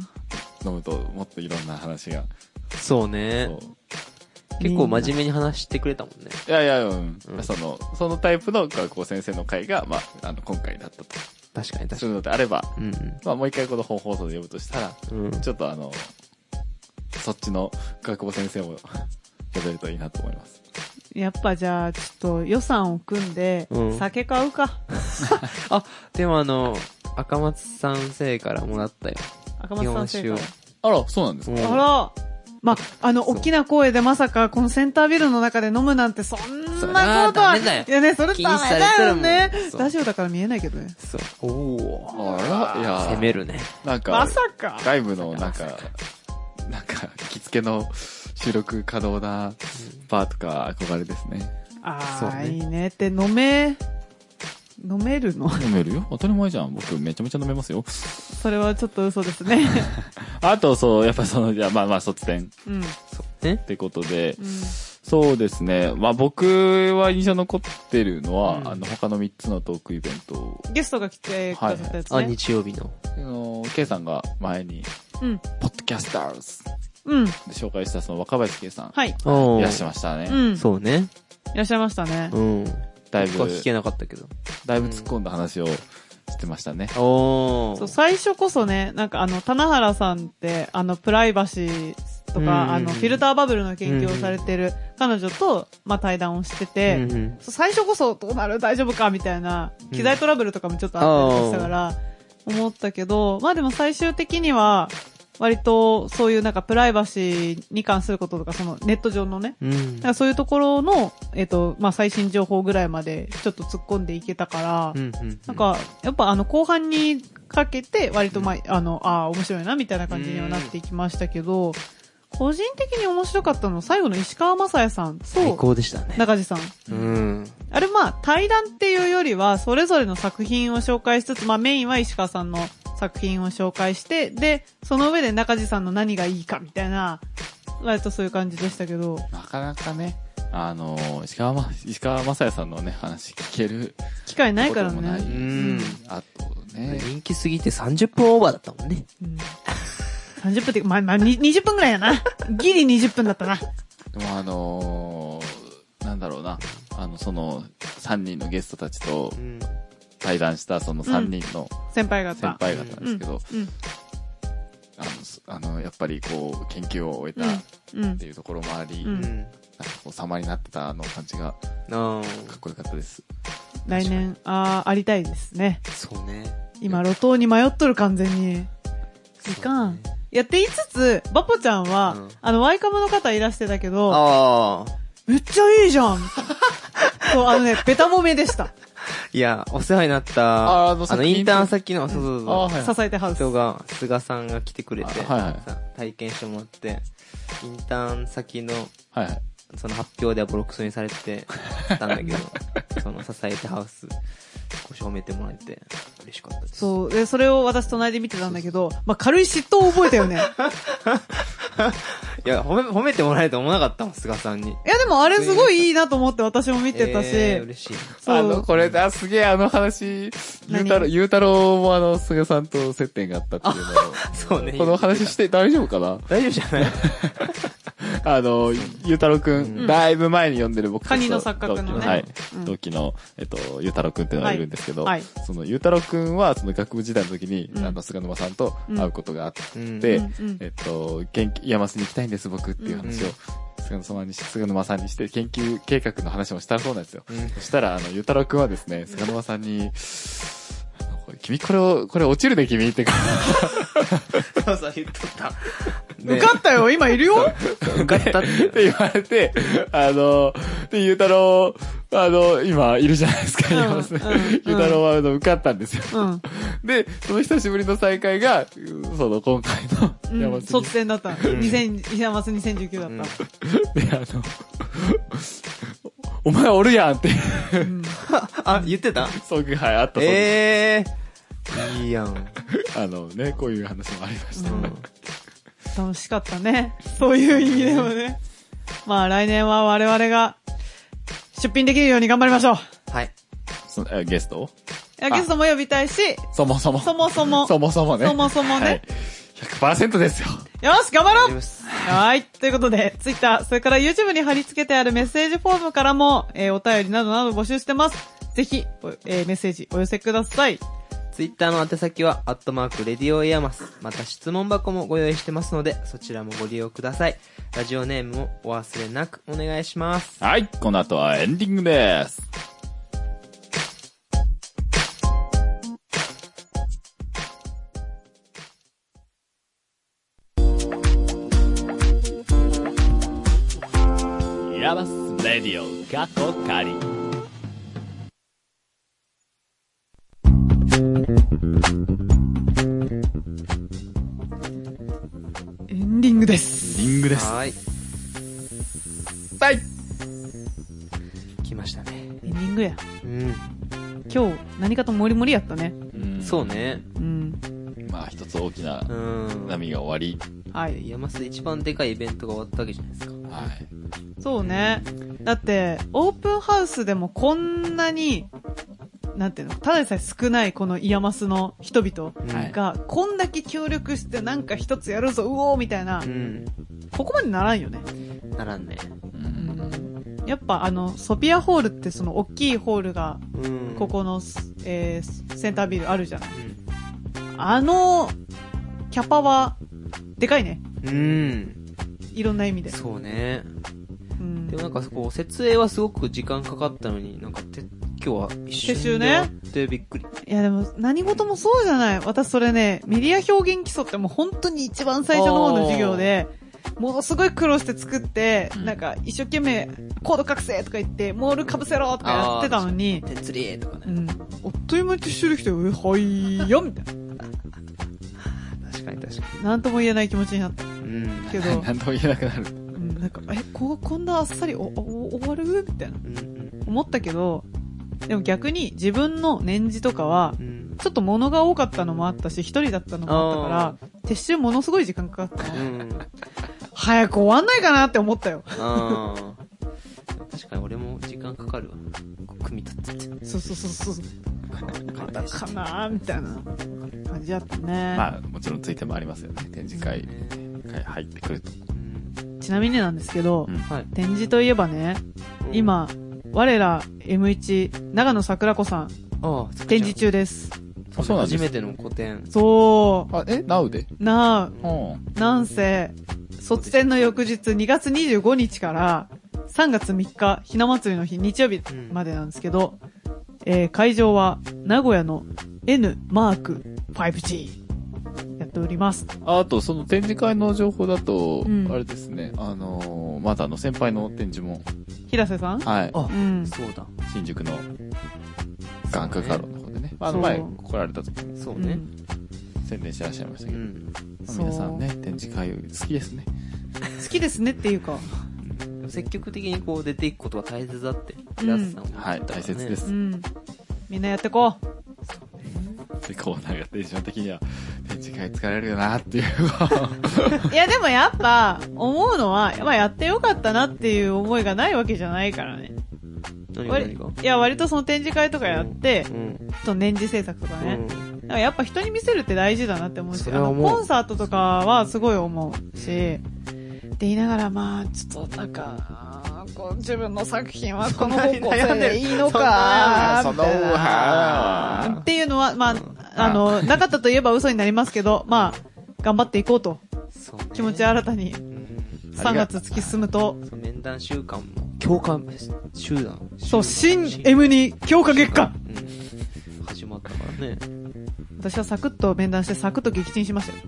飲むと、もっといろんな話が。
そうね
そう。
結構真面目に話してくれたもんね。
いやいや、うん。
うん
その、そのタイプの学校先生の会が、まあ、あの、今回だったと。
確かに
す
確か
るのであれば、
に。
まあ、もう一回この本放送で呼ぶとしたら、
うんうん。うん。
ちょっとあの、そっちの学校先生も呼べるといいなと思います。
やっぱじゃあ、ちょっと予算を組んで
う、ん
酒買うか。
あ、でもあの、赤松さん生からもらったよ。
赤松さん生から。
あら、そうなんですか
うん
あら。まあ、あの、
そう
大きな声でまさか、このセンタービルの中で飲むなんて、そん
そり
な
ゃ
ことは。
ダメだよ
いやね、それダメだよね
禁止されてるもん。そう
ラジオだから見えないけどね。
そう。おー。
あら、いや、
攻めるね。
なんか、
まさか。
外部のなんか、なんか、着付けの収録可能なバーとか憧れですね。
あ
そう
あ、
ね
いいねって、飲め、飲めるの
飲めるよ当たり前じゃん。僕めちゃめちゃ飲めますよ。
それはちょっと嘘です ね。
あと、そう、やっぱその、いや、まあまあ、卒点
うん。
そうね
っ。てことで、
うん。
そうですね。まあ僕は印象残ってるのは、
うん
あの、他の3つのトークイベント
ゲストが来てくださったやつね。
あ、日曜日の。
あの、K さんが前に、
うん。
ポッドキャスターズ
うん。
で紹介したその若林 K さん、
はい。
お
い
ー
らっしゃいましたね。
うん。
そうね。
いらっしゃいましたね
う。ん。
だい
僕は
ぶ、
聞けなかったけど。
だいぶ突っ込んだ話をしてましたね。
お
そう、
ー。
最初こそね、なんかあの、棚原さんって、あの、プライバシーと
うんうんうん
か、あの、フィルターバブルの研究をされてる彼女と、まあ、対談をしてて、
うんうん
そう最初こそどうなる大丈夫かみたいな、機材トラブルとかもちょっとあったりとかしたから、思ったけど、まあでも最終的には、割とそういうなんかプライバシーに関することとか、そのネット上のね、
うん
だからそういうところの、えっ、と、まあ最新情報ぐらいまでちょっと突っ込んでいけたから、
うんうん
なんか、やっぱあの、後半にかけて、割とまあ、あの、ああ、面白いな、みたいな感じにはなっていきましたけど、個人的に面白かったのは、最後の石川雅也さん
最
と、
高でしたね。
中地さん。
うん。
あれまあ、対談っていうよりは、それぞれの作品を紹介しつつ、まあメインは石川さんの作品を紹介して、で、その上で中地さんの何がいいか、みたいな、割とそういう感じでしたけど、
なかなかね、あのー、石川ま、石川雅也さんのね、話聞ける
機会ないから
こともない
ね。
うん。
あとね、
人気すぎて30分オーバーだったもんね。
うん、30分って、まあ、まあ、に20分ぐらいだな。ギリ20分だったな。
でもあのー、なんだろうな、あの、その、3人のゲストたちと
うん。
対談したその3人の
先輩方。
先輩方なんですけど、
うん。
あのそあの、やっぱりこう、研究を終えたっ
うん。うん
て。いうところもあり、
うん
な
う
んか
ん。
こう、様になってたあの感じが
あ
かっこよかったです。
来年、ああ、ありたいですね。
あ。そうね。
今、路頭に迷っとる完全に。いかん。やって言いつつ、バポちゃんは、
うん
あの、ワイカムの方いらしてたけど、
ああ。
めっちゃいいじ ゃんそう、あのね、ベタ褒めでした。
いや、お世話になった、
あ
あ
あの
の、
作品
インターン先の、そうそうそう。
はい
支えてハウス。
人が、菅さんが来てくれて、
あはいはい
さ体験してもらって、インターン先の、
はいはい。
その発表ではボロクソにされてたんだけど、その支えてハウス、少し褒めてもらえて、嬉しかったです。う。
そう。で、それを私隣で見てたんだけど、まあ、軽い嫉妬を覚え たよね。
いや、褒め、褒めてもらえると思わなかったもん、菅さんに。
いや、でもあれすごいいいなと思って私も見てたし、
えー嬉しい。
あ
そ
の、
う。
これだ、すげえあの話、ゆうたろう、
何
ゆうたろうもあの、菅さんと接点があったっていうのを。
そうね。
この話して大丈夫かな
大丈夫じゃない
あの、ゆうたろうく、
うん
だいぶ前に読んでる僕たち
カニの錯覚のね
はい
うん。
同期の、えっと、ゆうたろうくんっていうのがいるんですけど
はいはい、
その、ゆうたろうくんは、その学部時代の時に、
うん
あの、菅沼さんと会うことがあっ
うん
て
うんうん、
えっと、研究、山洲に行きたいんです僕っていう話を
うん、
菅沼にし、菅沼さんにして、研究計画の話もしたそうなんですよ。
うん
そしたら、あの、ゆうたろうくんはですね、菅沼さんに、なんかこれ君これを、これ落ちるね君って
そうそう、言っとった。
受かったよ今いる よ
受かったっ
って言われて、あの、で、ゆうたろう、あの、今、いるじゃないですか、
うん
いますね
うん。
ゆうたろうは、あの、受かったんですよ。
うん。
で、その久しぶりの再会が、その、今回
う
の、
ん
山津
卒戦だった。2000、山津2019だった。
で、あの、 お前おるやんって、
あ、言ってた
そういう、はい、あったそうで
ええー。いいやん。
す。あのね、こういう話もありました。
楽しかったね。そういう意味でもね。まあ来年は我々が出品できるように頑張りましょう。い
はい。
そのえゲスト
やゲストも呼びたいし、
そもそも。
そもそも。
そもそもね。
そもそもね
はい。100%ですよ。
よし、頑張
あ
ろ
り
う
ます。
はい。ということで、Twitter、それから YouTube に貼り付けてあるメッセージフォームからも、えーお便りなどなど募集してます。ぜひ、おえーメッセージお寄せください。
ツイッターの宛先は、アットマーク、レディオエアマス。また質問箱もご用意してますので、そちらもご利用ください。ラジオネームもお忘れなくお願いします。
はい、この後はエンディングです。ヤバスレディオ過去仮。
エンディングです。
リングです。
はーい。
はい。
来ましたね。
エンディングや。
うん。
今日、何かとモリモリやったね。
そうね。
うん。
まあ、一つ大きな
うん。
波が終わ
はい。
山須で一番でかいイベントが終わったわけじゃないですか。
り、はい。
そうね。だって、オープンハウスでもこんなに、なんていうの、ただでさえ少ないこのイヤマスの人々
はい
が、こんだけ協力してなんか一つやるぞ、うおーみたいな
う、ん。
ここまでならんよね。
ならんね。
うん
やっぱあの、ソピアホールってその大きいホールが、
うん
ここの、えーセンタービルあるじゃない。
うん
あの、キャパは、でかいね。
うん。
いろんな意味で。
そうね。
うん
でもなんかこう、設営はすごく時間かかったのに、なんかて、今日は一
撤
瞬
収ね
で終わってびっくり。
いやでも何事もそうじゃない。私それね、メディア表現基礎ってもう本当に一番最初の方の授業で、ものすごい苦労して作って、なんか一生懸命コード覚醒とか言って、モール被せろとかやってたのに、
てつりーとか
う
ね。
ん。おっという間に撤収できて、え、はいよみたい
確かに確か
な。なんとも言えない気持ちになった
に。うん。
けど、
何とも言えなくなる。
うん、なんか、え、こ、こんなあっさりお、お、終わるみたいな。
うんうん
思ったけど、でも逆に自分の年次とかは、
うん。
ちょっと物が多かったのもあったし、一人だったのもあったから、撤収ものすごい時間かかった
う
の。
ん。
早く終わんないかなって思ったよ。
あー確かに俺も時間かかるわ。こう組み立てて。
そうそうそうそう。
ま
だかなーみたいな感じだったね。
まあ、もちろんついてもありますよね。展示会、
ね
会入ってくると。
うん
ちなみになんですけど、
うん
はい。
展示といえばね、今、我ら M1、長野桜子さん、
ああ、
展示中です。
あそうなんです
初めての個展。
そ
あ、え、ナウで
う、な
うん。お
あ、なんせ、卒展の翌日2月25日から3月3日、ひな祭りの日、日曜日までなんですけど、えー会場は名古屋の N マーク 5G やっております。
ああと、その展示会の情報だと、
うん
あれですね、あのー、まだあの先輩の展示も、
平瀬さん
はい、
あ
う、
うんん。そうだ。
新宿の眼科カロの方でね、あ
そ
の
う
前来られた時も
そううんね。
宣伝してらっしゃいました
う
けど、
ん。
まあ皆さんね、展示会好きですね。
好きですねっていうか、
積極的にこう出ていくことが大切だって、平瀬さんも言ってたから
はい、
ね
大切で。
う
す。
ん。みんなやってこう。
で、こうなんかテンション的には、展示会疲れるよな っていう。
いやでもやっぱ、思うのは、まあやってよかったなっていう思いがないわけじゃないからね。
何が
割
何が
いや割とその展示会とかやって、ちょ
うん。
っと年次制作とかね。だからやっぱ人に見せるって大事だなって思うし、
そ
あ
れは
の、
思う
コンサートとかはすごい思うし、って言いながらまあ、ちょっとなんか、こう自分の作品はこの方向性でいいのか、
そんな悩んでるそんな
みたいな
うわー
っていうのは、まあ、あの、なかったといえば嘘になりますけど、まあ、頑張っていこうと、
そうね
気持ち新たに
うん
3月突き進むと、
そう面談週間も、共感集団。
そう、新 M2 強化月間
うん始まったからね。
私はサクッと面談して、サクッと撃沈しましたよ。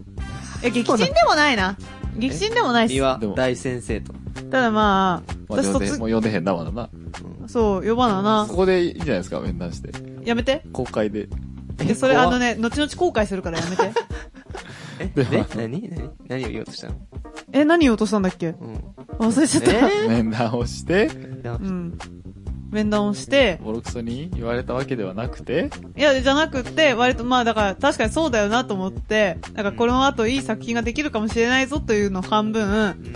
え、撃沈でもないな。撃沈でもないっす。
岩
でも
大先生と。
ただまあ、
まあ、
私
呼んで、
卒
もう、読んでへんな、まだな。
そう、呼ばなな
こ。こでいいんじゃないですか、面談して。
やめて。
公開で。
で、それあ
怖
の
っ
ね、後々後悔するからやめて。
で
え、
も
ね何何何を言おうとしたの
え、何言おうとしたんだっけ
うん。
忘れちゃった。
え
面談をして、
ー
うん。面談をして、
ボロクソに言われたわけではなくて、
いや、じゃなくて、割とまあだから確かにそうだよなと思って、なんかこの後いい作品ができるかもしれないぞというの半分、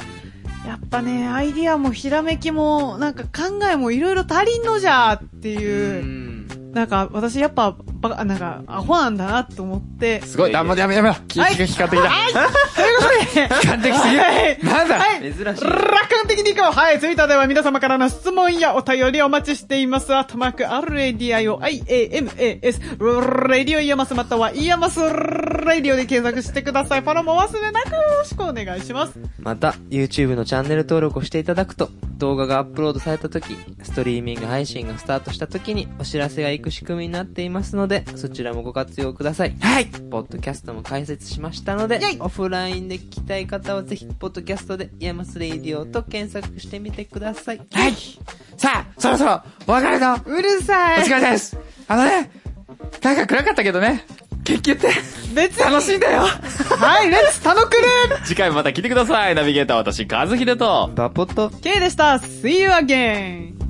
やっぱね、アイディアもひらめきも、なんか考えもいろいろ足りんのじゃって
う
いう、
ん。
なんか私やっぱ、ばなんかアホなんだなと思って、
すごい、だんまやめやめろ気が
はい
光ってきた。
ということで、
感的すぎる
はい
なんだ
はい
珍しい。
楽観的にいこうはい、ツイッターでは皆様からの質問やお便りお待ちしています。アットマーク、RADIO、IAMAS、レディオイヤマスまたはイヤマスレディオで検索してください。フォローもお忘れなくよろしくお願いします。
また、YouTube のチャンネル登録をしていただくと、動画がアップロードされた時、ストリーミング配信がスタートした時にお知らせが行く仕組みになっていますので、そちらもご活用ください。はいポッドキャストも開設しましたので
イェイ、
オフラインで聞きたい方はぜひ、ポッドキャストで、イヤマスレイディオと検索してみてください。
はいさあ、そろそろ、お別れの、
うるさ
お
い
疲れ様ですあのね、なんか暗かったけどね、結局言って、
別に
楽しいんだよ
はい、レッツタノクル
次回もまた来てください。ナビゲーター私、和秀と。
バポッと
!K でした !See you again!